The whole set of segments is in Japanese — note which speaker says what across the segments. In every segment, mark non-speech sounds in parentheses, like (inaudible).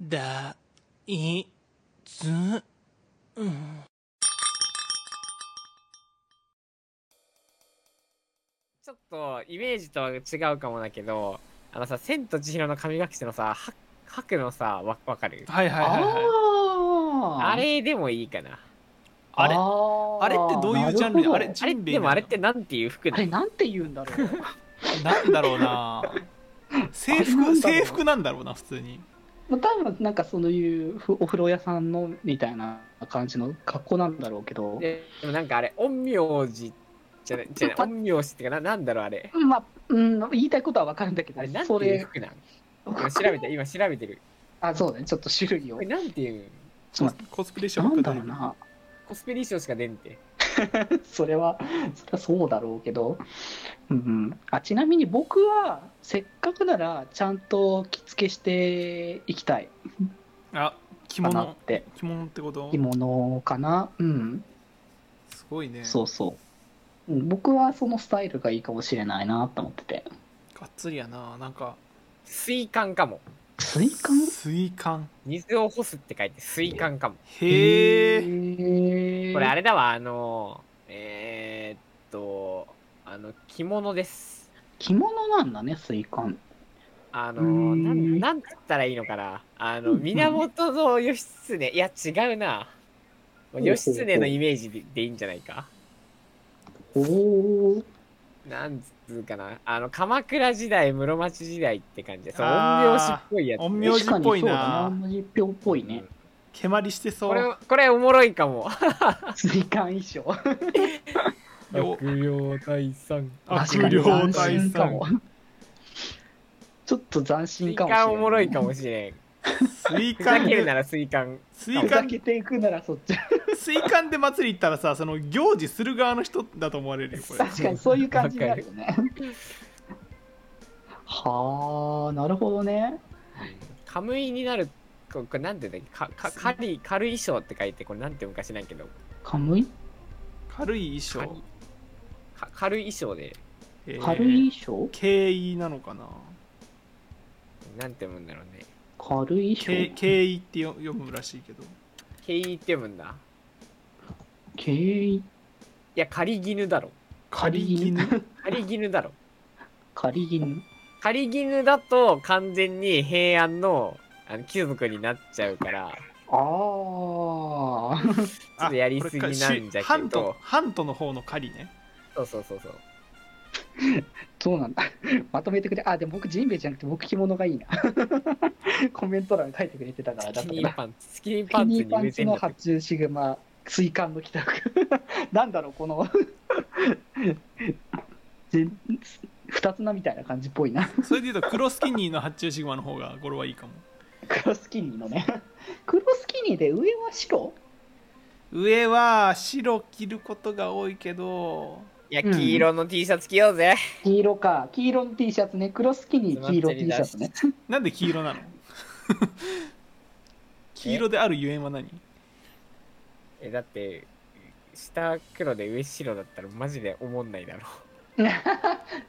Speaker 1: だ、い、つ、うん。
Speaker 2: ちょっとイメージとは違うかもだけど、あのさ、千と千尋の神隠しのさ、は白のさ、わわかる
Speaker 1: はいはいはい、はい。
Speaker 3: あー
Speaker 2: あれでもいいかな。
Speaker 1: あれ
Speaker 3: ー
Speaker 1: あれってどういうジャンルやあれ
Speaker 3: なるほど
Speaker 2: あ
Speaker 1: ジ
Speaker 2: れ
Speaker 1: ンベエな
Speaker 2: で
Speaker 1: の
Speaker 2: もあれってなんていう服
Speaker 3: あ
Speaker 2: だ
Speaker 3: れなんて言うんだろう
Speaker 1: なんだろうな制
Speaker 3: あれ
Speaker 1: 服
Speaker 3: なんだろう
Speaker 1: 制服なんだろうな普通に
Speaker 3: まあ多分なんかそういうふお風呂屋さんのみたいな感じの格好なんだろうけど
Speaker 2: ででもなんかあれ、陰陽師じゃない、じゃない、陰陽師っていうかな、なんだろうあれ。
Speaker 3: まあ、うん、言いたいことは分かるんだけ
Speaker 2: あ
Speaker 3: ど
Speaker 2: れ、なんて
Speaker 3: そ
Speaker 2: いう
Speaker 3: れ
Speaker 2: 服なん今調べて、今調べてる。
Speaker 3: あそうだねちょっと種類を
Speaker 2: これなんていう
Speaker 3: ちょっと待
Speaker 1: コスプレし
Speaker 3: って
Speaker 1: た
Speaker 3: な
Speaker 1: ばっ
Speaker 3: ん
Speaker 1: か
Speaker 3: だ
Speaker 1: り
Speaker 3: ろうな
Speaker 2: コスプレ衣装しか出んて。
Speaker 3: それはそれはそうだろうけど、うん、あちなみに僕はせっかくならちゃんと着付けしていきたい
Speaker 1: あ着
Speaker 3: かなっ
Speaker 1: 物
Speaker 3: て
Speaker 1: 着物ってこと
Speaker 3: 着物かなうん
Speaker 1: すごいね
Speaker 3: そうそううん僕はそのスタイルがいいかもしれないなと思ってて
Speaker 1: がっつりやななんか
Speaker 2: 水管かも。
Speaker 3: 水管
Speaker 1: 水管
Speaker 2: 水を干すって書いて、水管かも。
Speaker 1: へえ
Speaker 3: え
Speaker 2: これあ
Speaker 3: れ
Speaker 2: れだわ、あの、えー、っと、あの、着物です。
Speaker 3: 着物なんだね水管
Speaker 2: あの
Speaker 3: うーん
Speaker 2: なん、なんつったらいいのかな。あの、
Speaker 3: うんうん
Speaker 2: 源の義経、いや、違うな。
Speaker 3: うほう
Speaker 2: 義経のイメージででいいんじゃないか。
Speaker 3: おお
Speaker 2: なんつうかな。あの、鎌倉時代、室町時代って感じで、その
Speaker 1: あー
Speaker 2: 陰陽師っぽいやつ。
Speaker 1: 陰陽
Speaker 3: 確
Speaker 1: 師
Speaker 3: か
Speaker 1: っ
Speaker 3: に
Speaker 1: ぽ
Speaker 3: そ
Speaker 1: いうな
Speaker 3: だな同じっぽいね
Speaker 1: 蹴鞠してそ
Speaker 2: これ
Speaker 1: う、
Speaker 2: これおもろいかも。
Speaker 3: 水管衣装
Speaker 1: よ
Speaker 2: 陽退散。
Speaker 3: 確か
Speaker 1: 悪
Speaker 3: に
Speaker 1: 霊
Speaker 3: 斬
Speaker 1: 退
Speaker 3: 新かも
Speaker 1: 散
Speaker 3: (laughs) ちょっと斬新
Speaker 2: 水
Speaker 3: かもしれない
Speaker 2: 管おもろいかもしれん。
Speaker 1: 水
Speaker 2: ふざ
Speaker 1: 管
Speaker 2: けるな
Speaker 1: で
Speaker 2: ら水管。
Speaker 1: 水
Speaker 3: ふざ
Speaker 1: 管
Speaker 3: けていくならそっち
Speaker 1: 水管で祭り行ったらさその行事する側の人だと思われるよこれ
Speaker 3: 確かにそういう感じになるよねはあなるほどね
Speaker 2: カムイになる、ここれなんて言うんだっけか、か、かり、軽い衣装って書いて、これなんて昔なんけど、
Speaker 3: カムイ
Speaker 1: 軽い衣装
Speaker 2: か軽い衣装で、
Speaker 1: へー
Speaker 3: 軽い衣装
Speaker 1: 敬意なのかな
Speaker 2: なんて読むんだろうね。
Speaker 3: 軽い衣
Speaker 1: 敬
Speaker 3: 装
Speaker 1: 敬意ってよ読むらしいけど
Speaker 2: 経緯って読むんだ。
Speaker 3: 経営
Speaker 2: いや、仮絹だろ。
Speaker 3: 仮
Speaker 1: 仮
Speaker 2: (laughs)
Speaker 3: 絹
Speaker 2: 仮絹だろ。
Speaker 3: 仮銀
Speaker 2: 仮絹だと完全に平安のあの貴族になっちゃうから、
Speaker 3: ああ
Speaker 2: ちょっとやりすぎなんじゃけど
Speaker 1: あこれかしハントハントの方の狩りね
Speaker 2: そうそうそうそう。
Speaker 3: (laughs) そうなんだまとめてくれあでも僕ジンベエじゃなくて僕着物がいいな (laughs) コメント欄に書いてくれてたからだ
Speaker 2: ス
Speaker 3: っ
Speaker 2: キ
Speaker 3: た
Speaker 2: ニ
Speaker 3: ら
Speaker 2: ーパンツ、スキニー
Speaker 3: ピ
Speaker 2: パンツ
Speaker 3: ニ
Speaker 2: に
Speaker 3: ーパ
Speaker 2: 埋
Speaker 3: ン
Speaker 2: め
Speaker 3: チ
Speaker 2: てん
Speaker 3: の
Speaker 2: だけど
Speaker 3: 発注シグマ水管の帰宅 (laughs) なんだろうこのぜ二つなみたいな感じっぽいな (laughs)
Speaker 1: それで言うと黒スキニーの発注シグマの方が頃はいいかも
Speaker 3: 黒スキニーのね (laughs) 黒スキニーで上は白
Speaker 1: 上は白着ることが多いけど
Speaker 2: いや、
Speaker 3: うん
Speaker 2: 黄色の T シャツ着ようぜ。
Speaker 3: 黄色か黄色の T シャツね黒スキニー黄色 T シャツね
Speaker 1: なんで黄色
Speaker 2: (laughs)
Speaker 1: なの黄色であるゆえんは何
Speaker 2: え、だって、下黒で上白だったらマジで思んないだろ。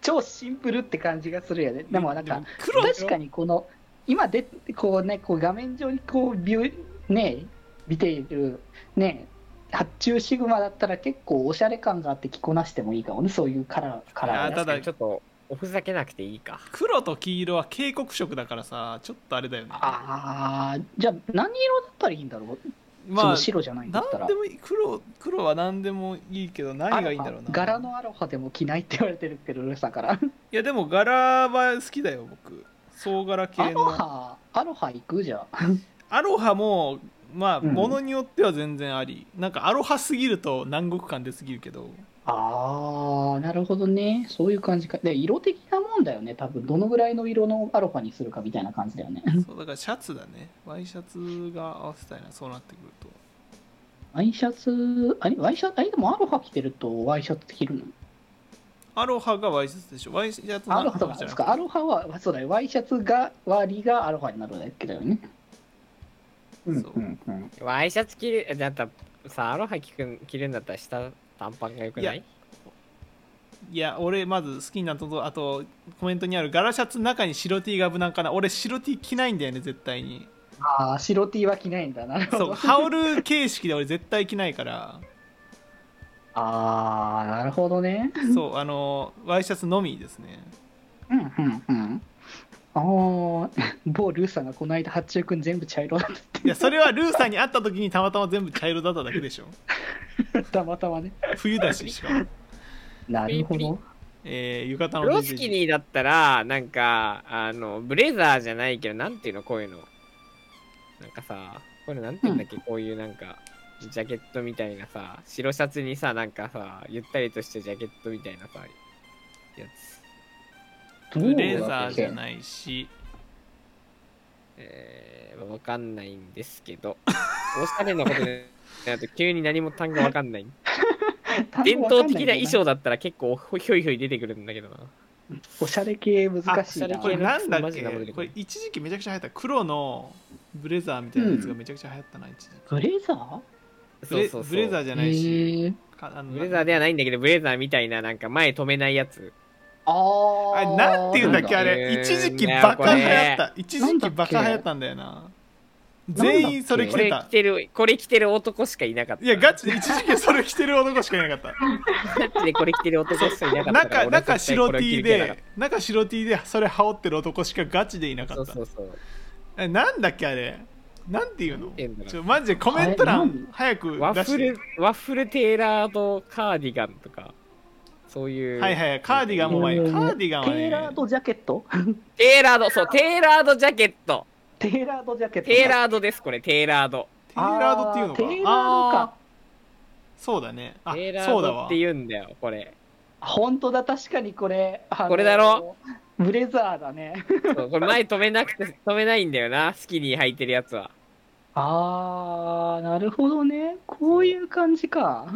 Speaker 3: 超シンプルって感じがするよねでもなんか
Speaker 1: 黒
Speaker 3: 確かにこの今でこうねこう画面上にこうビューね見ているね発注シグマだったら結構おしゃれ感があって着こなしてもいいかもねそういうカラーカラ
Speaker 1: あ
Speaker 3: ー
Speaker 1: ただ
Speaker 2: 確
Speaker 3: が
Speaker 2: かにちょっと、おふざけなくていいか。
Speaker 1: 黒と黄色は警告色だからさちょっとあれだよね
Speaker 3: ああじゃあ何色だったらいいんだろう、そ
Speaker 1: ま
Speaker 3: の
Speaker 1: あ
Speaker 3: 白じゃないんだったら
Speaker 1: 何でもいい黒黒は何でもいいけど何がいいんだろう
Speaker 3: アロハ
Speaker 1: な
Speaker 3: 柄のアロハでも着ないって言われてるけどルーさんから
Speaker 1: いやでも柄は好きだよ僕総柄
Speaker 3: ア
Speaker 1: 系
Speaker 3: ロ
Speaker 1: の
Speaker 3: ハアロハ行くじゃあ
Speaker 1: アロハもまあ
Speaker 3: うん
Speaker 1: ものによっては全然あり、なんかアロハすぎると南国感出すぎるけど
Speaker 3: あーなるほどねそういう感じかで色的なもんだよね多分どのぐらいの色のアロハにするかみたいな感じだよね
Speaker 1: そうだからシャツだねワイシャツが合わせたいなそうなってくると
Speaker 3: ワイシャツあれワイシャツあれでもアロハ着てるとワイシャツ着るの
Speaker 1: アロハがワイシャツでしょワイシャツ
Speaker 3: アロ
Speaker 1: じ
Speaker 3: ハと
Speaker 1: ゃ
Speaker 3: か
Speaker 1: なくて
Speaker 3: ですかアロハはそうだよワイシャツが割りがアロハになるだけだよねうん
Speaker 1: そう
Speaker 3: うんうん
Speaker 2: ワイシャツ着る、だったらさ、アロハ着く着るんだったら下短パンがよくないい
Speaker 1: やいや俺まず好きなのとあとコメントにある柄シャツの中に白 T が無難かな俺白 T 着ないんだよね絶対に
Speaker 3: ああ、白 T は着ないんだな。 (laughs)
Speaker 1: そう羽織る形式で俺絶対着ないから
Speaker 3: ああ、なるほどね。
Speaker 1: そうあのワイシャツのみですね
Speaker 3: うんうんうん。ああ、某ルーさんがこの間、八中くん全部茶色だっ
Speaker 1: いやそれはルーさんに会った時にたまたま全部茶色だっただけでしょ
Speaker 3: た。たまたまね。
Speaker 1: 冬だししかも、
Speaker 3: なるほど。
Speaker 1: えー、浴衣の
Speaker 2: ロスキニーだったら、なんか、あの、ブレザーじゃないけど、なんていうの、こういうの。なんかさ、こういうのなんていうんだっけ、こういうなんか、ジャケットみたいなさ、白シャツにさ、なんかさ、ゆったりとしたジャケットみたいなさ、やつ。
Speaker 1: ブレザーじゃ
Speaker 3: い。
Speaker 1: ないし
Speaker 2: えー、わかんないんですけ (laughs) ど、おしゃれなことになると急に何も (laughs) 単語わかんない。伝統的な衣装だったら結構ひょいひょい出てくるんだけどな。
Speaker 3: おしゃれ系難しい
Speaker 2: あおしゃれ
Speaker 3: な。
Speaker 1: これ
Speaker 2: 系
Speaker 1: なんだっ
Speaker 2: マ
Speaker 1: け
Speaker 2: ジで俺
Speaker 1: これ一時期めちゃくちゃ流行った黒のブレザーみたいなやつがめちゃくちゃ流行ったな、一時期
Speaker 3: ブレザー
Speaker 1: ブ
Speaker 2: そう
Speaker 1: レ
Speaker 2: そうそう。
Speaker 1: ブレザーじゃないし、
Speaker 3: へー
Speaker 1: かあの
Speaker 2: ブレザーではないんだけど、ブレザーみたいな、なんか前止めないやつ。
Speaker 3: あ
Speaker 1: あ
Speaker 3: あ。
Speaker 1: れなんていうんだっけあ
Speaker 2: なん
Speaker 1: れ
Speaker 2: だ
Speaker 1: 一時期バカ流行った一時期バカ流行ったんだよな全員それ着
Speaker 2: こ
Speaker 1: て
Speaker 2: れ
Speaker 1: た
Speaker 2: 着てる、これ着てる男しかいなかった。
Speaker 1: いやガチで一時期それ着てる男しかいなかっ
Speaker 2: ガチでこれ着てる男しかいなか
Speaker 1: た
Speaker 2: ったから。
Speaker 1: 中
Speaker 2: 俺は
Speaker 1: 中
Speaker 2: 絶対こ
Speaker 1: 白
Speaker 2: れ
Speaker 1: T
Speaker 2: 着る気なかっ
Speaker 1: で中白 T でそれ羽織ってる男しかガチでいな
Speaker 2: た
Speaker 1: か
Speaker 2: そ
Speaker 1: った
Speaker 2: うそうそう。
Speaker 1: えなんだっけあれなんていうの
Speaker 2: ていうんだろう
Speaker 1: ちょマジでコメント
Speaker 3: あれ
Speaker 1: 欄
Speaker 3: 何
Speaker 1: 早く
Speaker 2: ワ
Speaker 1: 出
Speaker 2: ッ
Speaker 1: し
Speaker 2: フ
Speaker 1: て
Speaker 2: ル、ワッフルテーラーとカーディガンとか、そういう。
Speaker 1: はいはいカーディガンも前にカーディガンは
Speaker 3: テーラー
Speaker 1: ね
Speaker 3: ドジャケット
Speaker 2: テーラード、そう、テーラードジャケット。
Speaker 3: テーラードジャケット。
Speaker 2: テーラードです、これ、テーラード。
Speaker 1: テーラードっていうのか
Speaker 3: テーラード
Speaker 1: あ
Speaker 3: か。
Speaker 1: ーそうだねあ
Speaker 2: テーラ
Speaker 1: そ
Speaker 2: ー
Speaker 1: うだ
Speaker 2: ドっ
Speaker 1: わ
Speaker 2: て言うんだよ、これ。
Speaker 3: 本当だ、確かにこれ。あの
Speaker 2: これだろ
Speaker 3: ブレザーだね。
Speaker 2: そうこれ前止めなくて、止めないんだよな、スキニー履いてるやつは。
Speaker 3: あー、なるほどね。こういう感じか。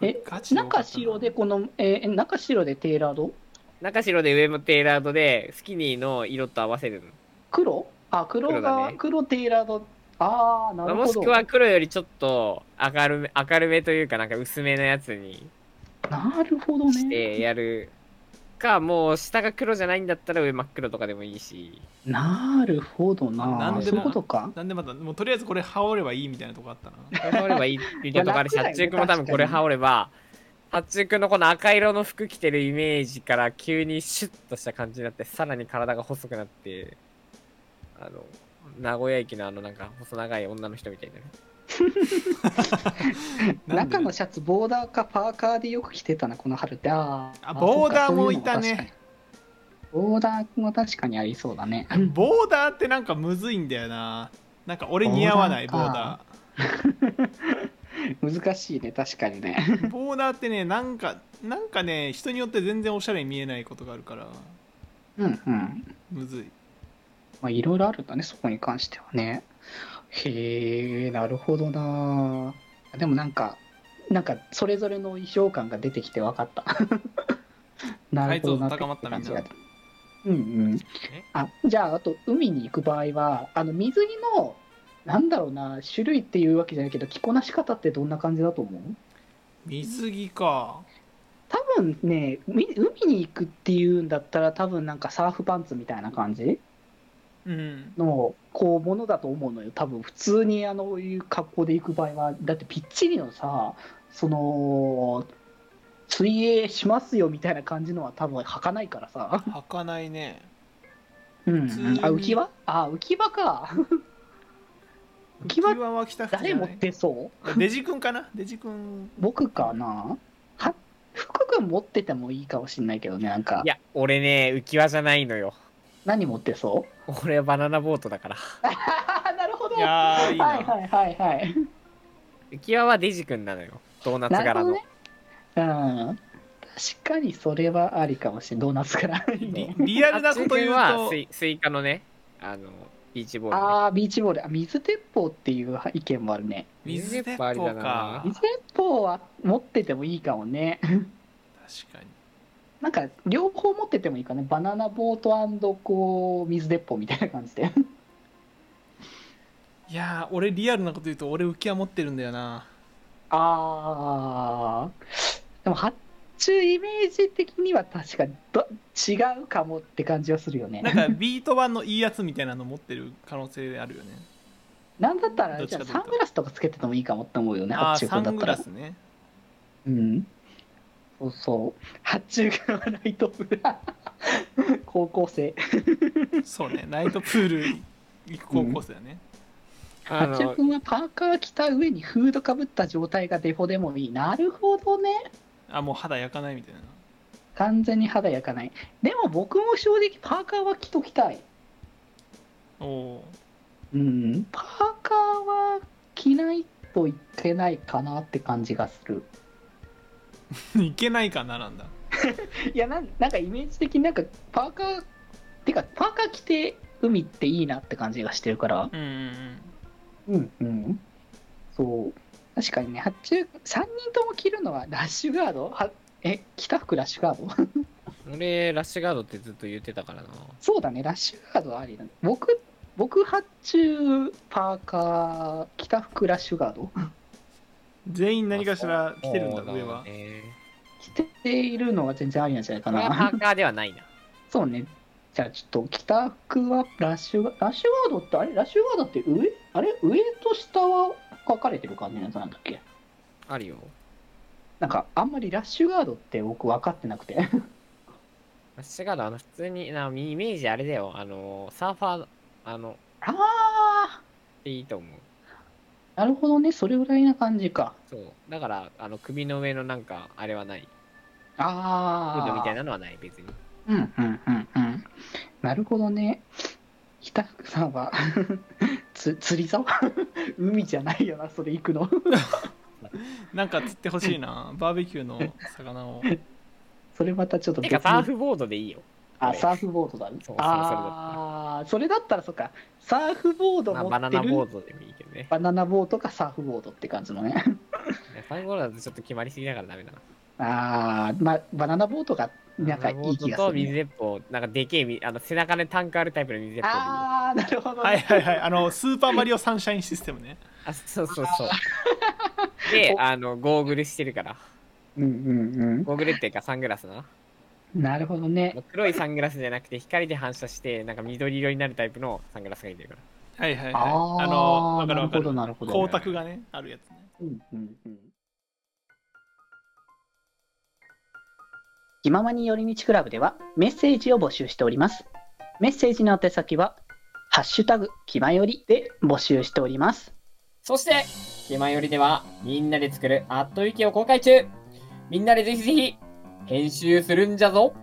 Speaker 3: え
Speaker 1: ガチで多かった
Speaker 3: 中白でこの、えー中白でテーラード
Speaker 2: 中白で上もテーラードで、スキニーの色と合わせるの。
Speaker 3: 黒あ、黒
Speaker 2: 黒だ
Speaker 3: が、
Speaker 2: ね
Speaker 3: 黒テーラード。あー、な
Speaker 2: まあ
Speaker 3: る
Speaker 2: も
Speaker 3: ほ
Speaker 2: し
Speaker 3: ど
Speaker 2: く。は黒よりちょっと明るめ明るめというかなんか薄めのやつに
Speaker 3: なるほどね。
Speaker 2: してやるかもう下が黒じゃないんだったら上真っ黒とかでもいい
Speaker 3: (laughs)
Speaker 2: し
Speaker 3: なるほど
Speaker 1: な
Speaker 3: な。
Speaker 1: んでも
Speaker 3: そういうことか。
Speaker 1: なんでまたもうとりあえずこれ羽織ればいいみたいなとこあったな
Speaker 2: これ羽織ればいいっていうとこあるし
Speaker 3: まあ
Speaker 2: 八
Speaker 3: 楽だ
Speaker 2: 中
Speaker 3: よね
Speaker 2: 君も多分これ羽織れば八中君のこの赤色の服着てるイメージから急にシュッとした感じになってさらに体が細くなってあの名古屋駅のあのなんか細長い女の人みたいになる
Speaker 1: なんで
Speaker 3: 中のシャツ、ボーダーかパーカーでよく着てたな、この春って。あー
Speaker 1: あボーダーもいたね。
Speaker 3: そうかそういうのも確かにボーダーも確かにありそうだね。 (laughs)
Speaker 1: ボーダーってなんかむずいんだよななんか俺似合わないボ
Speaker 3: ボ
Speaker 1: ー
Speaker 3: ー
Speaker 1: ダ
Speaker 3: ダ難しいね、確かにね。
Speaker 1: ーボーダーってねなんかなんかね人によって全然おしゃれに見えないことがあるから
Speaker 3: うんうん。
Speaker 1: むずい
Speaker 3: まあ、いろいろあるんだね、そこに関してはね。へえ、なるほどな。でもなんか、なんか、それぞれの衣装感が出てきて分
Speaker 1: (laughs)
Speaker 3: かった。なるほど
Speaker 1: 解像
Speaker 3: な。
Speaker 1: 度高まったみんな
Speaker 3: て感じがうんうん
Speaker 2: え。
Speaker 3: あ、じゃあ、あと、海に行く場合は、あの、水着の、なんだろうな、種類っていうわけじゃないけど、着こなし方ってどんな感じだと思う
Speaker 1: 水着か
Speaker 3: 多分ね、み海に行くっていうんだったら、多分なんかサーフパンツみたいな感じ
Speaker 1: うん
Speaker 3: のこうものだと思うのよ多分普通にあのいう格好で行く場合はだってぴっちりのさその水泳しますよみたいな感じのは多分履かないからさ、
Speaker 1: 履かないね
Speaker 3: うんうん
Speaker 1: 通に
Speaker 3: あ浮き輪あ浮き輪か浮き輪
Speaker 1: は着た服じ
Speaker 3: 誰
Speaker 1: ゃな
Speaker 3: 持
Speaker 1: い
Speaker 3: ってそう
Speaker 1: デジ君かなデジ君
Speaker 3: 僕かなは福君持っててもいいかもしんないけどねなんか
Speaker 2: いや俺ね浮き輪じゃないのよ
Speaker 3: 何持ってそう
Speaker 2: 俺はバナナボートだから
Speaker 3: あなるほど
Speaker 1: いやーいいな
Speaker 3: はいはいはいはい
Speaker 2: 浮き輪はデジ君なのよドーナツ柄の、
Speaker 3: うん確かにそれはありかもしれんドーナツから
Speaker 1: リリアルなこと言う
Speaker 2: あっちは
Speaker 1: と
Speaker 2: スイスイカのねあのビーチボールね、
Speaker 3: ああビーチボールあ水鉄砲っていう意見もあるね
Speaker 1: 水鉄
Speaker 2: 水鉄
Speaker 1: 砲
Speaker 2: 砲
Speaker 1: か
Speaker 2: か
Speaker 3: 水鉄砲は持っててもいいかもね (laughs)
Speaker 1: 確かに
Speaker 3: なんか両方持っててもいいかねバナナボートこう水鉄砲みたいな感じで
Speaker 1: いやー俺リアルなこと言うと俺浮き輪持ってるんだよな
Speaker 3: ああでも発注イメージ的には確かど違うかもって感じはするよね (laughs)
Speaker 1: なんかビート版のいいやつみたいなの持ってる可能性あるよね
Speaker 3: なんだったら
Speaker 1: どっち
Speaker 3: じゃ
Speaker 1: か
Speaker 3: あ
Speaker 1: というと
Speaker 3: サングラスとかつけててもいいかもって思うよね
Speaker 1: ああ
Speaker 3: 発注
Speaker 1: サ
Speaker 3: 君だ
Speaker 1: ン
Speaker 3: っ
Speaker 1: グ
Speaker 3: た
Speaker 1: ラ
Speaker 3: ら
Speaker 1: スね
Speaker 3: うんそうそう発注君はライトプール (laughs) 高校生
Speaker 1: そうねライトプール行く高校生だね、
Speaker 2: あ
Speaker 3: 八
Speaker 1: (laughs)
Speaker 3: 中
Speaker 2: の
Speaker 3: 君はパーカー着た上にフードかぶった状態がデフォでもいいなるほどね
Speaker 1: あもう肌焼かないみたいな
Speaker 3: 完全に肌焼かないでも僕も正直パーカーは着ときたい
Speaker 1: おお
Speaker 3: うんパーカーは着ないといけないかなって感じがする
Speaker 1: ーいけないかななんだ
Speaker 3: いやなんなんかイメージ的になんかパーカーてかパーカー着て海っていいなって感じがしてるから
Speaker 1: うんうん
Speaker 3: うんうんそう確かにね発注3人とも着るのはラッシュガードはえ着た服ラッシュガード
Speaker 2: 俺ラッシュガードってずっと言ってたからな
Speaker 3: そうだねラッシュガードはありだね僕僕発注パーカー着た服ラッシュガー (laughs) ド
Speaker 1: 全員何かしら来てるんだ
Speaker 2: そう
Speaker 1: 上は
Speaker 2: ね
Speaker 3: 着ているのは全然ありなんじゃないか
Speaker 2: これはパ
Speaker 3: な
Speaker 2: ーカーではないな
Speaker 3: そうねじゃあちょっと着た服はラッシュガラッシュガードってあれラッシュガードって上あれ上と下は分かれてる感じのやつなんだっけ
Speaker 2: あるよ
Speaker 3: なんかあんまりラッシュガードって僕分かってなくて
Speaker 2: ラッシュガードあの普通になイメージあれだよあのサーファーあの
Speaker 3: (laughs) ああ
Speaker 2: でいいと思う
Speaker 3: なるほどねそれぐらいな感じか
Speaker 2: そうだからあの首の上のなんかあれはないフードみ
Speaker 3: あ
Speaker 2: たい
Speaker 3: あ
Speaker 2: なのはない別に
Speaker 3: うんうんうんうんなるほどね北福さんは (laughs) つ釣り竿 (laughs) 海じゃないよなそれ行くの (laughs)
Speaker 1: なんか釣ってほしいなバーベキューの魚
Speaker 3: (laughs)
Speaker 1: を
Speaker 3: それまたちょっと
Speaker 2: てかサーフボードでいいよ
Speaker 3: あサーフボードだね
Speaker 2: そうそう
Speaker 3: ああそれだったらそっかサーフボード
Speaker 2: まあ、
Speaker 3: 持
Speaker 2: バ
Speaker 3: っ
Speaker 2: ナ
Speaker 3: て
Speaker 2: ナボ
Speaker 3: る
Speaker 2: ードでもいいけどね
Speaker 3: バナナボードかサーフボードって感じのね
Speaker 2: サーフボードだとちょっと決まりすぎだからダメだな
Speaker 3: ああまあバナナボードがなんかいい気
Speaker 2: バナナボード
Speaker 3: が
Speaker 2: と
Speaker 3: する、
Speaker 2: 水
Speaker 3: ね、
Speaker 2: 鉄砲なんかでけえみあの背中でタンクあるタイプの水鉄砲でいいあ
Speaker 3: ああなるほど、ね
Speaker 1: はいはいはいあのスーパーマリオサンシャインシステムね
Speaker 2: そうそうそうであのゴーグルしてるから
Speaker 3: うんうん
Speaker 2: ゴーグルっていうかサングラスな
Speaker 3: うんなるほど
Speaker 2: あ
Speaker 3: ね
Speaker 2: の黒いサングラスじゃなくて光で反射してなんか緑色になるタイプのサングラスがいてるから
Speaker 1: はいはいはい
Speaker 3: ああ
Speaker 1: あのわかる
Speaker 3: なる
Speaker 1: わか
Speaker 3: ほど
Speaker 1: る
Speaker 3: なるほど
Speaker 1: 光沢がねあるやつね
Speaker 3: うんうんうん気ままに寄り道クラブではメッセージを募集しておりますメッセージの宛先はハッシュタグ気まよりで募集しております
Speaker 2: そして、気まよりでは、みんなで作るあっという間を公開中みんなでぜひぜひ、編集するんじゃぞ